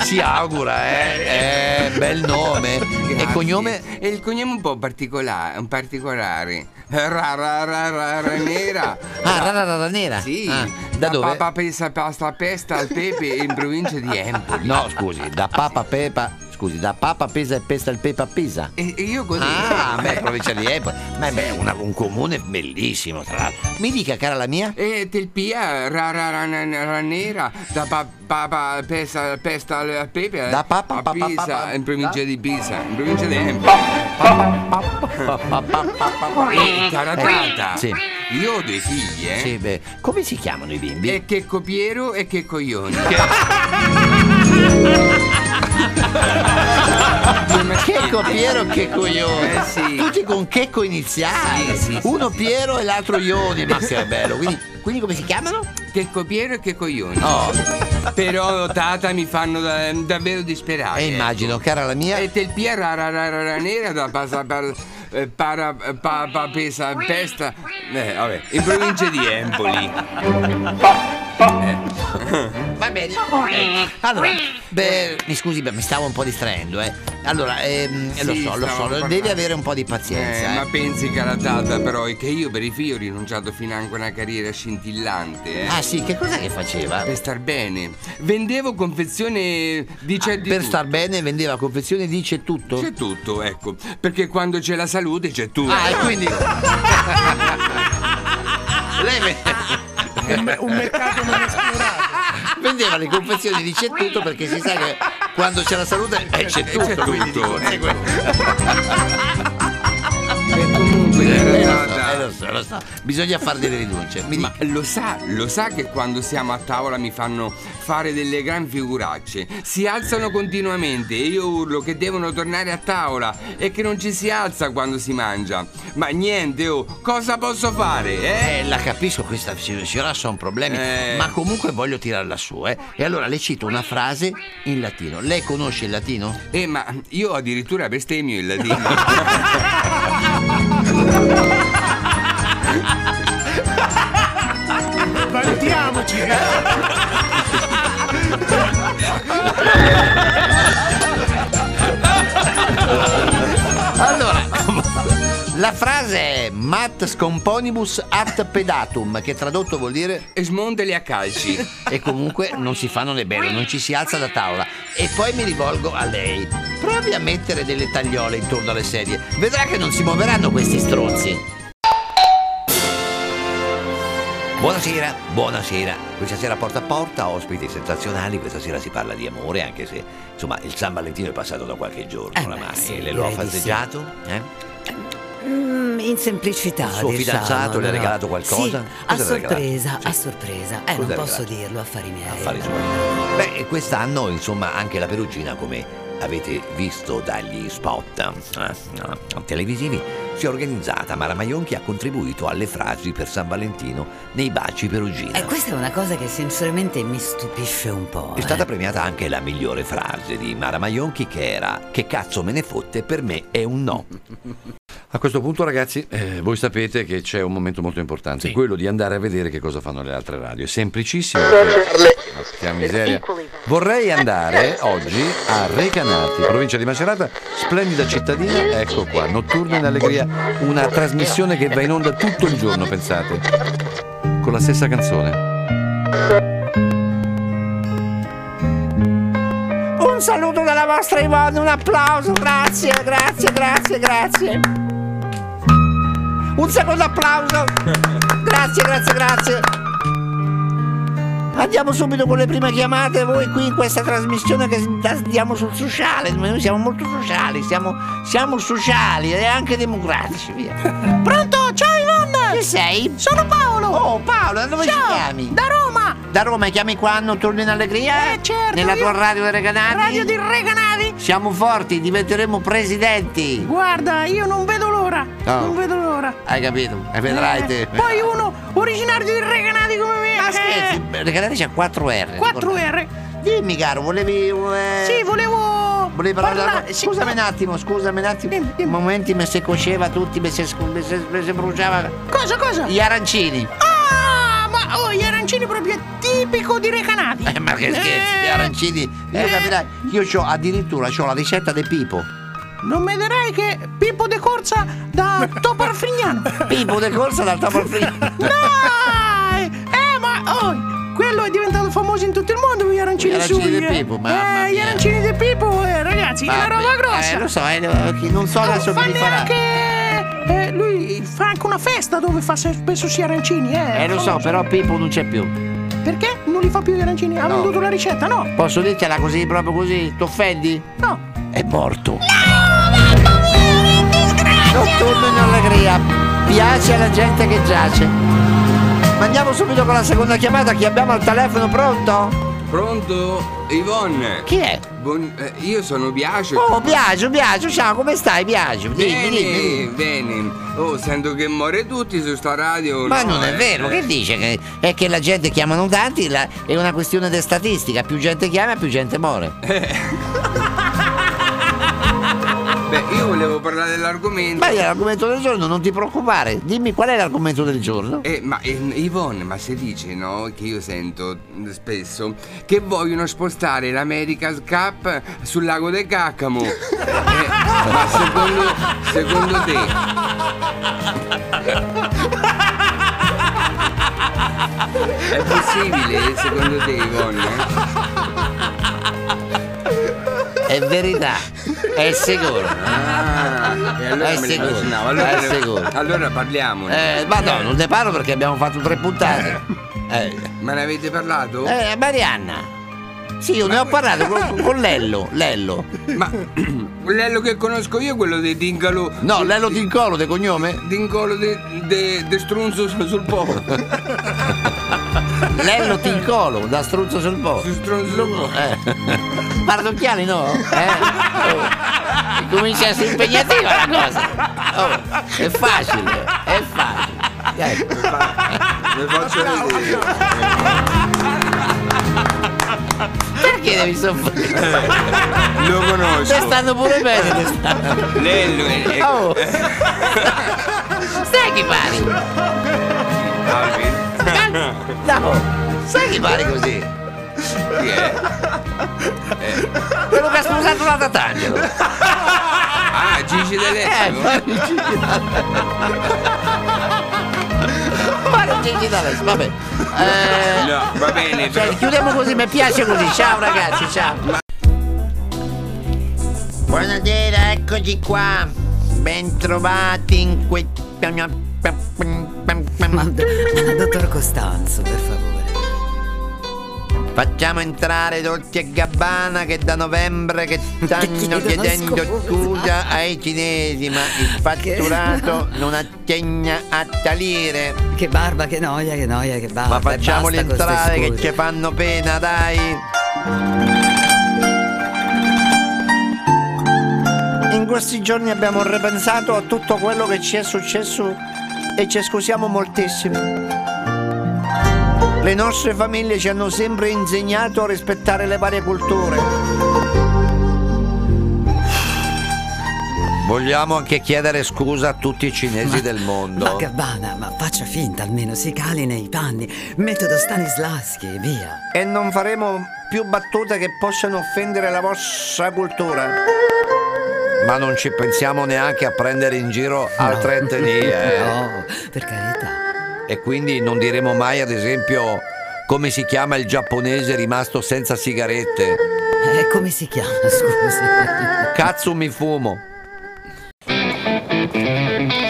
A: si augura, eh? Eh, bel nome.
F: E cognome? E il cognome un po' particolare, un particolare. Eh, Rara rara rara nera.
A: Ah, rara rara nera?
F: Sì.
A: Ah, da
F: da
A: dove?
F: Papa pesa pasta pesta al pepe
A: *laughs*
F: in provincia di Empoli.
A: No, scusi, da Papa Pepa. Scusi, da Papa Pesa e Pesta il Pepa Pisa.
F: E, e io così.
A: Ah, beh, provincia di Empoli. Ma è beh, una- un comune bellissimo, tra l'altro. Mi dica, cara la mia?
F: E Telpia, rara rara rara nera, da pa- papa pesa pesta al pepe
A: Da pa- pa-
F: a
A: pa- pa-
F: Pisa,
A: pa-
F: in provincia di Pisa, in provincia di Empoli. Eh, Cara Tata,
A: Eh, Sì.
F: io ho dei figli, eh?
A: Sì, beh, come si chiamano i bimbi?
F: E che copiero e che coglione. *laughs*
A: Che copiero, che coglione.
F: Eh sì.
A: Tutti con checco iniziale.
F: Sì, sì, sì,
A: Uno Piero e l'altro Ioni. Ma che bello. Quindi, quindi come si chiamano?
F: Che copiero e che coglione.
A: Oh.
F: Però Tata mi fanno da- davvero disperare.
A: E Eh, immagino, cara la mia.
F: E del Pia rara rara rara nera da pasa par, eh, para pa, pa, pesa pesta. Eh, vabbè, in provincia di Empoli.
A: Va bene. Allora, beh, mi scusi, ma mi stavo un po' distraendo, eh. Allora, ehm,
F: Sì,
A: lo so, lo
F: stavamo
A: so,
F: parlando.
A: devi avere un po' di
F: Eh,
A: pazienza.
F: ma
A: eh.
F: pensi cara Tata però è che io per i figli ho rinunciato financo a una carriera scintillante, eh.
A: Ah sì, che cos'è che faceva?
F: Per star bene. Vendevo confezione di c'è di
A: Ah, Per
F: tutto.
A: star bene vendeva confezione dice tutto.
F: C'è tutto, ecco. Perché quando c'è la salute c'è tutto.
A: Ah, e quindi. Lei ve-
H: Un, un mercato non esplorato.
A: vendeva le confezioni di c'è tutto perché si sa che quando c'è la salute eh, c'è tutto.
F: c'è
A: quindi di
F: tutto, ecco.
A: conseguenza-
F: E comunque cara
A: Eh, lo so,
F: Tata,
A: eh, lo so, lo so. Bisogna fare delle rinunce. Mi
F: Ma lo sa, lo sa che quando siamo a tavola mi fanno fare delle gran figuracce. Si alzano continuamente e io urlo che devono tornare a tavola e che non ci si alza quando si mangia. Ma niente, oh, cosa posso fare, eh?
A: Eh, la capisco, questa si- signora sono problemi,
F: Eh.
A: ma comunque voglio tirarla su, eh. E allora le cito una frase in latino. Lei conosce il latino?
F: Eh, ma io addirittura bestemmio il latino.
A: *laughs*
H: Valutiamoci, eh.
A: Allora, La frase è mat scomponibus at pedatum, che tradotto vuol dire
F: Smondeli a calci.
A: E comunque non si fanno le belle, non ci si alza da tavola. E poi mi rivolgo a lei. Provi a mettere delle tagliole intorno alle sedie. Vedrà che non si muoveranno questi stronzi.
N: Buonasera, buonasera. Questa sera porta a porta, ospiti sensazionali, questa sera si parla di amore, anche se insomma il San Valentino è passato da qualche giorno
F: Eh
N: oramai. le lo ha
B: direi di sì.
N: festeggiato? Eh?
B: Mm, in semplicità.
N: Il suo
B: diciamo,
N: fidanzato le ha
B: no?
N: regalato qualcosa? Cosa
B: Sì,
N: le ha
B: a
N: regalato?
B: sorpresa, a sorpresa. Eh,
N: Cosa le
B: non
N: ha
B: posso
N: regalato?
B: dirlo, affari miei.
N: Affari suoi. Beh, e quest'anno insomma anche la Perugina, come avete visto dagli spot eh, televisivi, si è organizzata. Mara Maionchi ha contribuito alle frasi per San Valentino nei baci Perugina.
B: Eh, questa è una cosa che sinceramente mi stupisce un po'.
N: È stata premiata anche la migliore frase di Mara Maionchi che era Che cazzo me ne fotte, per me è un no.
D: A questo punto, ragazzi, eh, voi sapete che c'è un momento molto importante, quello di andare a vedere che cosa fanno le altre radio. È semplicissimo. Porca miseria. Vorrei andare oggi a Recanati, provincia di Macerata, splendida cittadina, ecco qua, notturna in allegria, una trasmissione che va in onda tutto il giorno, pensate, con la stessa canzone.
A: Un saluto dalla vostra Ivonne, un applauso, grazie, grazie, grazie, grazie. Un secondo *laughs* applauso. Grazie, grazie, grazie. Andiamo subito con le prime chiamate, voi qui in questa trasmissione che da- diamo sul sociale, noi siamo molto sociali, siamo, siamo sociali e anche democratici, via. *laughs* Pronto? Ciao Ivonne! Chi sei? Sono Paolo! Oh Paolo, da dove
G: Ciao,
A: ci chiami? Da Roma! Da Roma, chiami qua a Notturno in Allegria? Eh certo! Nella tua
G: io-
A: radio di Reganati?
G: Radio di Reganati?
A: Siamo forti, diventeremo presidenti!
G: Guarda, io non vedo l'ora.
A: Oh.
G: Non vedo l'ora.
A: Hai capito? E vedrai
G: Eh,
A: te.
G: Poi uno originario di Reganati come me. Ma scherzi.
A: Reganati c'ha 4 R.
G: 4
A: ricordate.
G: R.
A: Dimmi caro, volevi... eh,
G: Sì, volevo.
A: Volevi parlare della-
G: parla- sì,
A: Scusami un attimo, scusami un attimo. I momenti mi si cuoceva tutti, mi si, mi si- mi si bruciava.
G: Cosa, cosa?
A: Gli arancini. *laughs*
G: Ah, ma oh, gli arancini proprio è tipico di Reganati.
A: Eh, ma che scherzi, gli arancini.
G: Eh.
A: Io capirai, io c'ho addirittura c'ho la ricetta del Pipo.
G: Non vederai che Pippo De Corsa da Toparfrignano.
A: *laughs* Pippo De Corsa da
G: *laughs*
A: Toparfrignano.
G: Dai! Eh, ma oh, quello è diventato famoso in tutto il mondo con gli arancini
A: Gli arancini
G: sui,
A: di
G: eh.
A: Pippo, mamma
G: Eh, gli
A: mia.
G: arancini di Pippo, eh, ragazzi, è
A: Vabbè,
G: una roba grossa.
A: Eh, lo so, eh, chi- non so
G: Oh,
A: adesso
G: fa
A: come li farà.
G: neanche eh, lui fa anche una festa dove fa se- spesso sia arancini, eh.
A: Eh, lo so,
G: famoso.
A: però Pippo non c'è più.
G: Perché non li fa più gli arancini? Ha
A: No.
G: venduto la ricetta, no?
A: Posso dirtela così, proprio così? T'offendi?
G: No.
A: È morto. Notturno in allegria. Piace alla gente che giace. Ma andiamo subito con la seconda chiamata. Chi abbiamo al telefono pronto?
F: Pronto? Ivonne?
A: Chi è?
F: Buon- eh, io sono Biagio.
A: Oh, Biagio, Biagio, ciao, come stai, Biagio? Dimmi, dimmi. dimmi.
F: Bene, bene. Oh, sento che muore tutti su sta radio.
A: Ma
F: no,
A: non è
F: eh.
A: vero, che dice? Che- È che la gente chiamano tanti, la- è una questione di statistica. Più gente chiama, più gente muore.
F: Beh, io volevo parlare dell'argomento.
A: Ma è l'argomento del giorno, non ti preoccupare. Dimmi qual è l'argomento del giorno.
F: Eh, ma eh, Yvonne, ma si dice no? Che io sento mm, spesso che vogliono spostare l'American Cup sul lago del Caccamo. Eh, ma secondo, secondo te? È possibile secondo te Ivonne?
A: È verità, è sicuro.
F: Ah, e allora
A: È
F: me ne
A: sicuro,
F: immaginavo. Allora,
A: è sicuro.
F: allora parliamone.
A: Eh, ma no, non ne parlo perché abbiamo fatto tre puntate.
F: Ma ne avete parlato?
A: Eh, Marianna. Sì, io ne ho parlato con, con Lello, Lello.
F: Ma *clears throat* Lello che conosco io, quello di Dingalo.
A: No, Lello Tincolo, di cognome?
F: Dingolo de, de, de strunzo su- sul popolo.
A: *laughs* Lello Tincolo, da struzzo sul po'.
F: Strunzo sul popolo.
A: Pardocchiali no? Eh? Oh, Comincia a essere impegnativa la cosa. Oh, è facile, è facile. Ecco. Dai.
F: Le faccio vedere.
A: Perché devi
F: *laughs*
A: soffrire?
F: Lo conosco.
A: Te stanno pure bene, te stanno.
F: Lello è. è-
A: Oh. *laughs* Sai chi pari? No, sai chi pari così? Eh.
F: Chi è?
A: Quello che ha sposato la Tatangelo.
F: Ah, Gigi D'Alessio.
A: Quale Gigi D'Alessio? Vabbè. Eh,
F: No, va bene, però.
A: cioè, chiudiamo così, mi piace così. Ciao ragazzi, ciao. Buonasera, eccoci qua. Bentrovati in questa
B: Dottor Costanzo, per favore.
A: Facciamo entrare Dolce e Gabbana che da novembre
B: *laughs*
A: che stanno
B: chiedono
A: chiedendo
B: scusa.
A: scusa ai cinesi, ma il fatturato non accenna a salire.
B: Che barba, che noia, che noia, che barba.
A: Ma facciamoli
B: e basta con
A: entrare
B: ste
A: che
B: scuse.
A: ci fanno pena, dai! In questi giorni abbiamo ripensato a tutto quello che ci è successo e ci scusiamo moltissimo. Le nostre famiglie ci hanno sempre insegnato a rispettare le varie culture.
O: Vogliamo anche chiedere scusa a tutti i cinesi del mondo.
B: Ma Gabbana, ma faccia finta almeno, si cali nei panni. Metodo Stanislaschi, via.
A: E non faremo più battute che possano offendere la vostra cultura.
O: Ma non ci pensiamo neanche a prendere in giro altre etnie. eh.
B: *laughs* No, per carità.
O: E quindi non diremo mai, ad esempio, come si chiama il giapponese rimasto senza sigarette.
B: Eh, come si chiama, *laughs* scusi?
O: Cazzo mi fumo.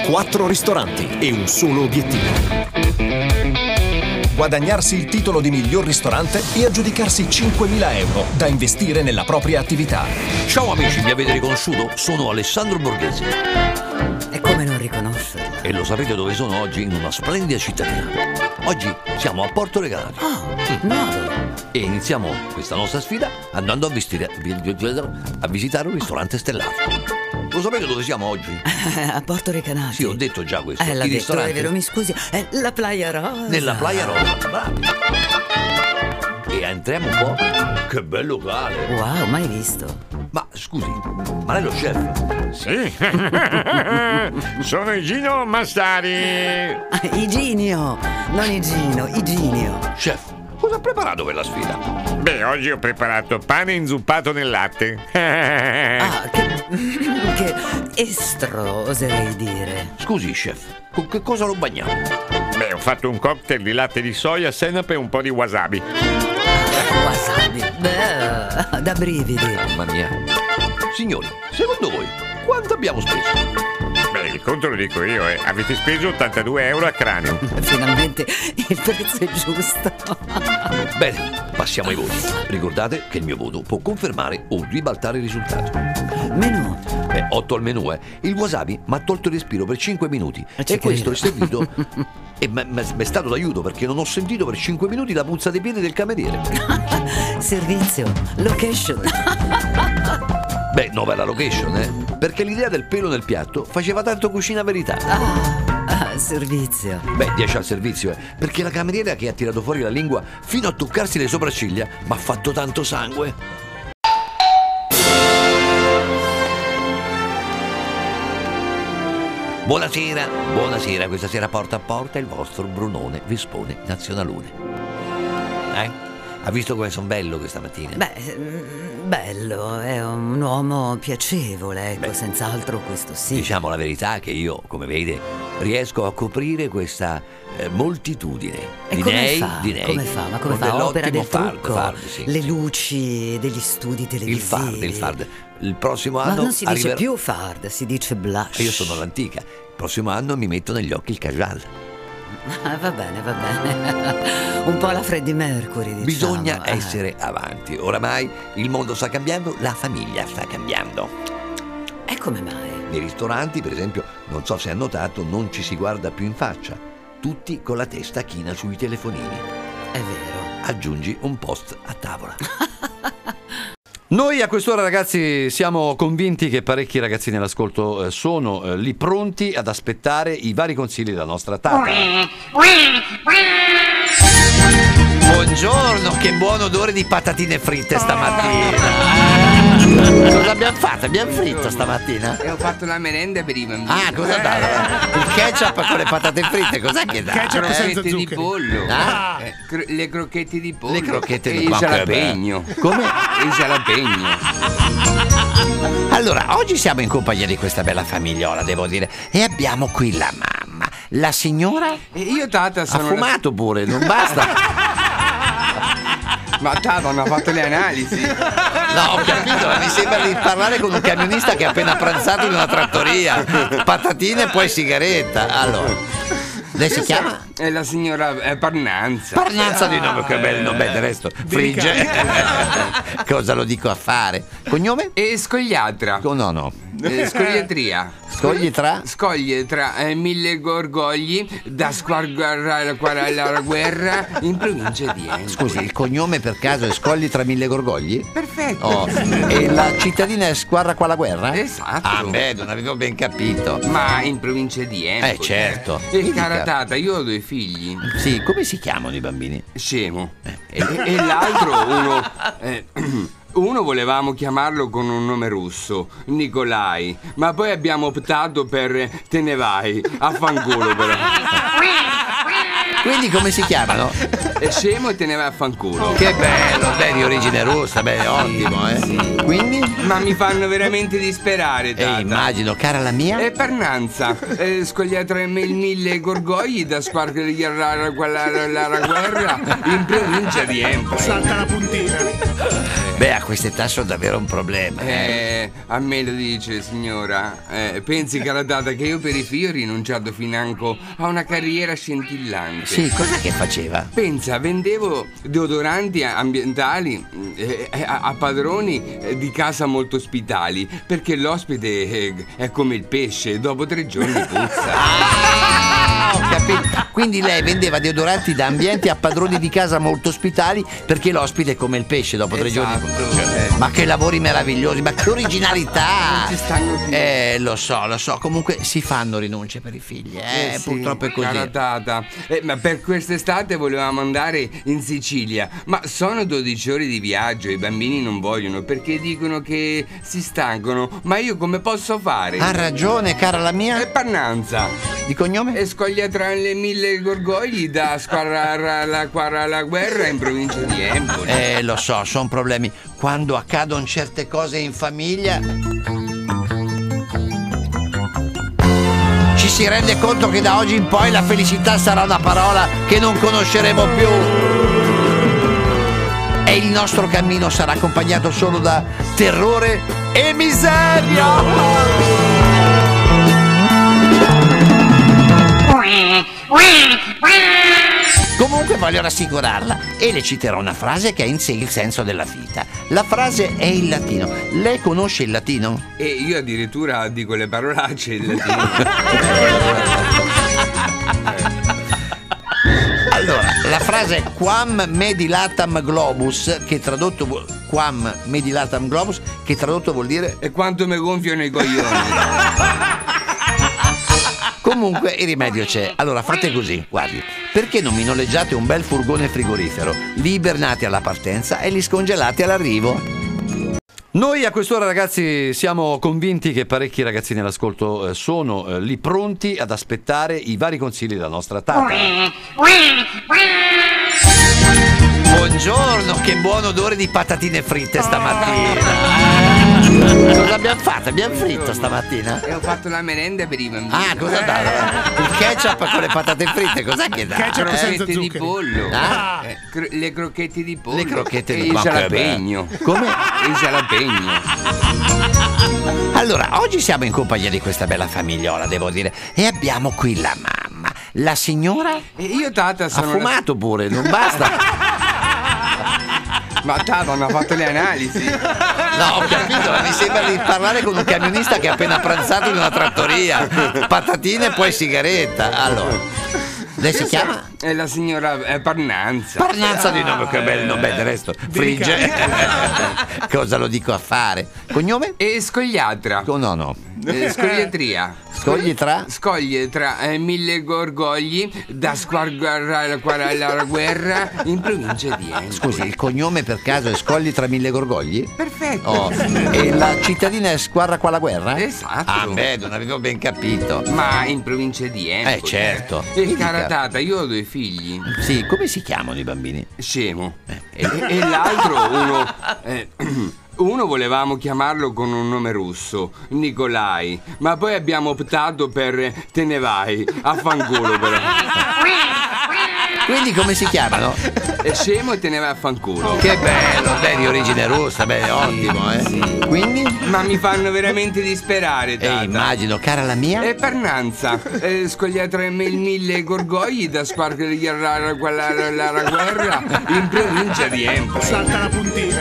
C: Quattro ristoranti e un solo obiettivo. Guadagnarsi il titolo di miglior ristorante e aggiudicarsi 5.000 euro da investire nella propria attività.
D: Ciao amici, mi avete riconosciuto? Sono Alessandro Borghese.
B: E Eh, come non riconoscerlo?
D: E lo sapete dove sono oggi? In una splendida cittadina. Oggi siamo a Porto Recanati. E iniziamo questa nostra sfida andando a, vestire- a visitare un ristorante stellato. Lo sapete dove siamo oggi?
B: *laughs* A Porto Recanati.
D: Sì, ho detto già questo.
B: Eh, l'ha
D: Il
B: detto, è
D: ristorante
B: vero, mi scusi. Eh, la Playa Rosa.
D: nella Playa Rosa. Bravi. E entriamo un po'. Che bel locale.
B: Wow, mai visto.
D: Ma scusi, ma lei è lo chef?
E: Sì. *laughs* Sono Igino Massari.
B: Ah, Iginio, non Igino, Iginio.
D: Chef, cosa ha preparato per la sfida?
E: Beh, oggi ho preparato pane inzuppato nel latte. *laughs*
B: Che estro, oserei dire.
D: Scusi, chef, con che cosa lo bagniamo?
E: Beh, ho fatto un cocktail di latte di soia, senape e un po' di wasabi.
B: Wasabi. Beh, da brividi.
D: Mamma mia. Signori, secondo voi quanto abbiamo speso?
E: Beh, il conto lo dico io, eh. Avete speso 82 euro a cranio.
B: Finalmente il prezzo è giusto. *laughs*
D: Bene, passiamo ai voti. Ricordate che il mio voto può confermare o ribaltare il risultato.
B: Menù.
D: Beh, 8 al menù, eh. Il wasabi mi ha tolto il respiro per 5 minuti. e questo è servito. e mi è stato d'aiuto perché non ho sentito per 5 minuti la puzza dei piedi del cameriere.
B: Servizio, location.
D: Beh, no, per la location, eh. Perché l'idea del pelo nel piatto faceva tanto cucina verità.
B: Ah, servizio.
D: Beh, 10 al servizio, eh, perché la cameriera che ha tirato fuori la lingua fino a toccarsi le sopracciglia mi ha fatto tanto sangue.
O: Buonasera, buonasera, questa sera porta a porta il vostro Brunone Vespone Nazionalone. Eh? Ha visto come sono bello questa mattina?
B: Beh, mm, bello, è un uomo piacevole, ecco, senz'altro questo sì.
O: Diciamo la verità che io, come vede, riesco a coprire questa eh, moltitudine
B: E
O: di
B: come
O: nei,
B: fa?
O: di nei,
B: Come fa? Ma come
O: con
B: fa? Opera
O: dell'ottimo
B: del
O: fard,
B: trucco,
O: fard, sì.
B: le luci degli studi televisivi.
O: Il fard, il fard. Il prossimo
B: Ma
O: anno
B: non si dice
O: arriverà-
B: più fard, si dice blush.
O: Io sono l'antica. Il prossimo anno mi metto negli occhi il casual.
B: *laughs* Ah, va bene, va bene. *laughs* Un po' la Freddie Mercury, diciamo.
O: Bisogna
B: eh.
O: essere avanti. Oramai il mondo sta cambiando, la famiglia sta cambiando.
B: E come mai?
O: Nei ristoranti, per esempio, non so se ha notato, non ci si guarda più in faccia. Tutti con la testa china sui telefonini.
B: È vero.
O: Aggiungi un post a tavola. *laughs*
P: Noi a quest'ora ragazzi siamo convinti che parecchi ragazzini all'ascolto eh, sono eh, lì pronti ad aspettare i vari consigli della nostra tata.
O: Buongiorno, che buon odore di patatine fritte stamattina.
F: *laughs*
O: Cosa abbiamo fatto? Abbiamo fritto stamattina?
F: E Eh, ho fatto la merenda per i bambini.
O: Ah, cosa
F: Eh,
O: dava? Il ketchup con le patate fritte, cos'è che dà?
F: Ketchup
O: Eh?
F: senza di pollo.
O: Ah.
F: Eh, cro- le crocchette di pollo.
O: Le crocchette di
F: E il
O: pollo.
F: jalapeno.
O: Come?
F: Il jalapeno.
A: Allora, oggi siamo in compagnia di questa bella famigliola, devo dire, e abbiamo qui la mamma. La signora?
F: Io tata sono...
A: Ha fumato pure, non basta.
F: *laughs* Ma tata mi ha fatto le analisi.
A: No, ho capito, ma mi sembra di parlare con un camionista che ha appena pranzato in una trattoria. Patatine e poi sigaretta. Allora, lei si
F: Questa
A: chiama?
F: È la signora eh, Parnanza.
A: Parnanza di nome, che bello,
F: Eh,
A: nome, del resto. Frigge.
F: *laughs*
A: *laughs* Cosa lo dico a fare? Cognome?
F: E scogliatra.
A: no, no. *laughs*
F: Eh, scogliatria.
A: Scogli tra?
F: Scoglie tra eh, mille gorgogli da squarguarra alla quara- alla guerra in provincia di Enna.
A: Scusi, il cognome per caso è Scogli tra mille gorgogli?
F: Perfetto.
A: Oh, e la cittadina è Squarra qua la guerra?
F: Esatto.
A: Ah, beh, non avevo ben capito.
F: Ma in provincia di Empoli.
A: Eh, certo.
F: E
A: Mi
F: cara
A: dica.
F: tata, io ho due figli.
A: Sì, come si chiamano i bambini?
F: Scemo.
A: Eh.
F: E, e l'altro uno. eh, *clears throat* uno volevamo chiamarlo con un nome russo, Nicolai, ma poi abbiamo optato per eh, te ne vai, affanculo però.
A: Quindi come si chiamano?
F: È scemo e te ne vai a fanculo.
A: Che bello, beh, di origine russa, beh, ottimo, eh. Quindi?
F: Ma mi fanno veramente disperare, tata.
A: Eh, immagino, cara la mia.
F: E Parnanza, eh, scogliatra in mil- mille gorgogli da squargliare quella la, la guerra in provincia di Empoli.
H: Salta la puntina.
A: Beh, a quest'età sono davvero un problema.
F: Eh, a me lo dice signora, eh, pensi cara tata che io per i figli ho rinunciato financo a una carriera scintillante.
A: Sì, cos'è che faceva?
F: Pensa, vendevo deodoranti ambientali eh, eh, a, a padroni eh, di casa molto ospitali, perché l'ospite eh, è come il pesce, dopo tre giorni puzza.
A: Quindi lei vendeva deodoranti da ambienti a padroni di casa molto ospitali perché l'ospite è come il pesce dopo tre
F: Esatto. Eh.
A: giorni. Ma che lavori meravigliosi, ma che originalità! Eh, lo so, lo so, comunque si fanno rinunce per i figli, eh,
F: sì,
A: purtroppo è così.
F: cara tata. Eh, ma per quest'estate volevamo andare in Sicilia, ma sono 12 ore di viaggio, i bambini non vogliono perché dicono che si stancano, ma io come posso fare?
A: Ha ragione, cara la mia.
F: E Pannanza.
A: Di cognome?
F: E scoglia tra le mille gorgogli da squarra la, quarra la guerra in provincia di Empoli.
A: Eh, lo so, sono problemi. Quando accadono certe cose in famiglia. Ci si rende conto che da oggi in poi la felicità sarà una parola che non conosceremo più. E il nostro cammino sarà accompagnato solo da terrore e miseria. Comunque voglio rassicurarla e le citerò una frase che ha in sé il senso della vita. La frase è in latino. Lei conosce il latino?
F: E io addirittura dico le parolacce in latino.
A: *laughs* Allora, la frase è quam medilatam globus, che tradotto vuol quam medilatam globus, che tradotto vuol dire
F: E quanto mi gonfiano i coglioni.
A: *laughs* Comunque il rimedio c'è. Allora fate così, guardi. Perché non mi noleggiate un bel furgone frigorifero? Li ibernate alla partenza e li scongelate all'arrivo.
D: Noi a quest'ora ragazzi siamo convinti che parecchi ragazzini all'ascolto eh, sono eh, lì pronti ad aspettare i vari consigli della nostra tata.
A: Buongiorno, che buon odore di patatine fritte stamattina. Cosa abbiamo fatto? Abbiamo fritto stamattina?
F: E ho fatto la merenda per i bambini.
A: Ah, cosa dà? Il ketchup con le patate fritte, cos'è che dà?
F: Eh, Crocchette di pollo.
A: Ah.
F: Eh, cro- le crocchette di pollo.
A: Le crocchette
F: e
A: di
F: il
A: ma che
F: jalapeno.
A: bello. Come?
F: Il jalapeno.
A: Allora, oggi siamo in compagnia di questa bella famigliola, devo dire, e abbiamo qui la mamma. La signora
F: E io tata
A: ha
F: sono... la-
A: fumato pure, non basta.
F: *laughs* Ma tata mi ha fatto le analisi.
A: No, ho capito, ma mi sembra di parlare con un camionista che ha appena pranzato in una trattoria. Patatine e poi sigaretta. Allora, lei si chiama?
F: È la signora eh, Parnanza. Ah, eh.
A: Parnanza di nome, che bello, nome, del resto. Frigge. Cosa lo dico a fare? Cognome?
F: E scogliatra.
A: Oh, no, no.
F: Eh, scogliatria.
A: Scogli tra?
F: Scoglie tra eh, mille gorgogli da squarguarra alla quara- alla guerra in provincia di Enna.
A: Scusi, il cognome per caso è Scogli tra mille gorgogli?
F: Perfetto.
A: Oh, e la cittadina è Squarra qua la guerra?
F: Esatto.
A: Ah, beh, non avevo ben capito.
F: Ma in provincia di Empoli.
A: Eh, certo.
F: E
A: Mi
F: cara
A: dica.
F: tata, io ho due figli.
A: Sì, come si chiamano i bambini?
F: Scemo. E, e l'altro uno. eh, *clears throat* Uno volevamo chiamarlo con un nome russo, Nikolai, ma poi abbiamo optato per Te ne vai, affanculo però.
A: Quindi come si chiamano?
F: È scemo e te ne vai a fanculo.
A: Che bello, beh, di origine russa, beh, ottimo, eh. Quindi?
F: Ma mi fanno veramente disperare, tata.
A: Eh, immagino, cara la mia.
F: E Parnanza, eh, scogliatra me il mille gorgogli da squarcare la, la, la, la, la guerra in provincia di Empoli.
H: Salta la puntina.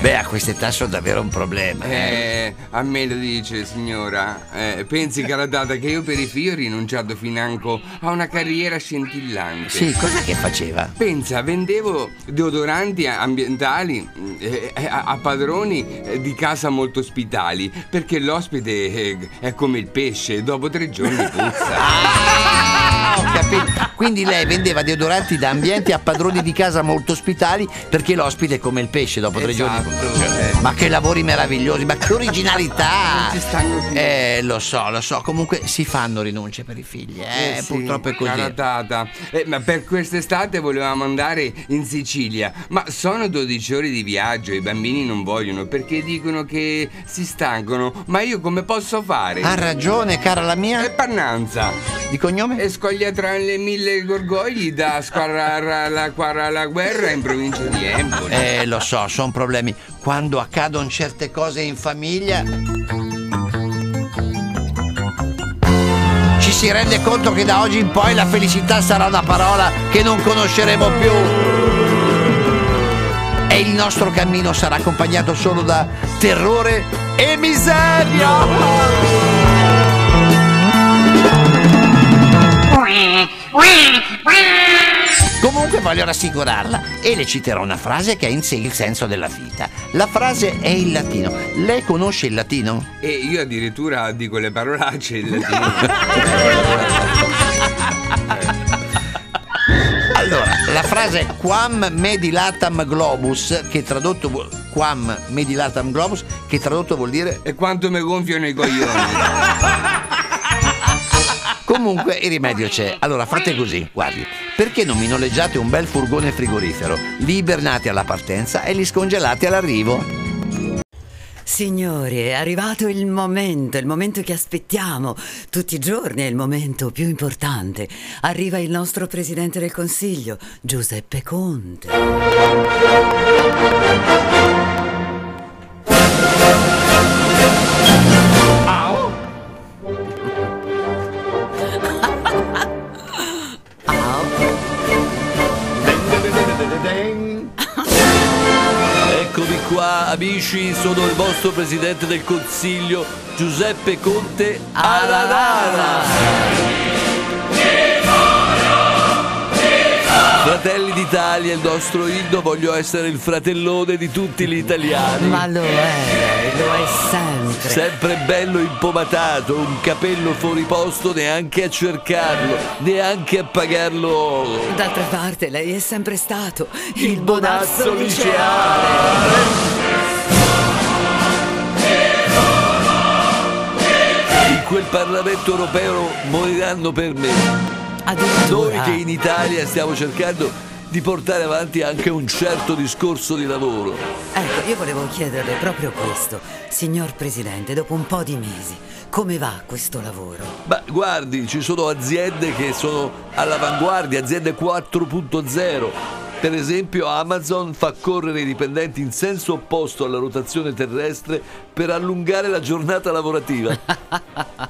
A: Beh, a quest'età sono davvero un problema.
F: Eh, a me lo dice signora. Eh, pensi cara data che io per i figli ho rinunciato financo a una carriera scintillante.
A: Sì, cos'è che faceva?
F: Pensa, vendevo deodoranti ambientali eh, eh, a, a padroni eh, di casa molto ospitali, perché l'ospite eh, è come il pesce, dopo tre giorni puzza. *laughs*
A: Ah, ho capito. Quindi lei vendeva deodoranti da ambienti a padroni di casa molto ospitali perché l'ospite è come il pesce dopo tre giorni. Cioè, Ma che lavori meravigliosi, ma che originalità! Eh, lo so, lo so, comunque si fanno rinunce per i figli, eh,
F: Eh sì,
A: purtroppo è così.
F: cara tata. Eh, ma per quest'estate volevamo andare in Sicilia, ma sono 12 ore di viaggio, i bambini non vogliono perché dicono che si stancano, ma io come posso fare?
A: Ha ragione, cara la mia.
F: E Parnanza.
A: Di cognome?
F: E scoglia tra le mille gorgogli da squarra la, quarra la guerra in provincia di Empoli.
A: Eh, lo so, sono problemi. Quando accadono certe cose in famiglia. Ci si rende conto che da oggi in poi la felicità sarà una parola che non conosceremo più. E il nostro cammino sarà accompagnato solo da terrore e miseria. Comunque voglio rassicurarla e le citerò una frase che ha in sé il senso della vita. La frase è in latino. Lei conosce il latino?
F: E io addirittura dico le parolacce in latino.
A: *laughs* Allora, la frase è quam medilatam globus, che tradotto vuol quam medilatam globus, che tradotto vuol dire
F: E quanto mi gonfiano i coglioni.
A: *laughs* Comunque il rimedio c'è. Allora fate così, guardi. Perché non mi noleggiate un bel furgone frigorifero? Li ibernate alla partenza e li scongelate all'arrivo.
B: Signori, è arrivato il momento, il momento che aspettiamo tutti i giorni, è il momento più importante. Arriva il nostro Presidente del Consiglio, Giuseppe Conte.
M: Eccomi qua amici, sono il vostro presidente del consiglio Giuseppe Conte Aranara. Fratelli d'Italia, il nostro inno, voglio essere il fratellone di tutti gli italiani.
B: Ma lo è, lo è sempre.
M: Sempre bello impomatato, un capello fuori posto neanche a cercarlo, neanche a pagarlo
B: D'altra parte, lei è sempre stato il,
M: bonazzo
B: bonazzo
M: liceale.
B: liceale.
M: In quel Parlamento europeo moriranno per me. Noi che in Italia stiamo cercando di portare avanti anche un certo discorso di lavoro.
B: Ecco, io volevo chiederle proprio questo. Signor Presidente, dopo un po' di mesi, come va questo lavoro?
M: Ma guardi, ci sono aziende che sono all'avanguardia, aziende 4.0. Per esempio Amazon fa correre i dipendenti in senso opposto alla rotazione terrestre per allungare la giornata lavorativa.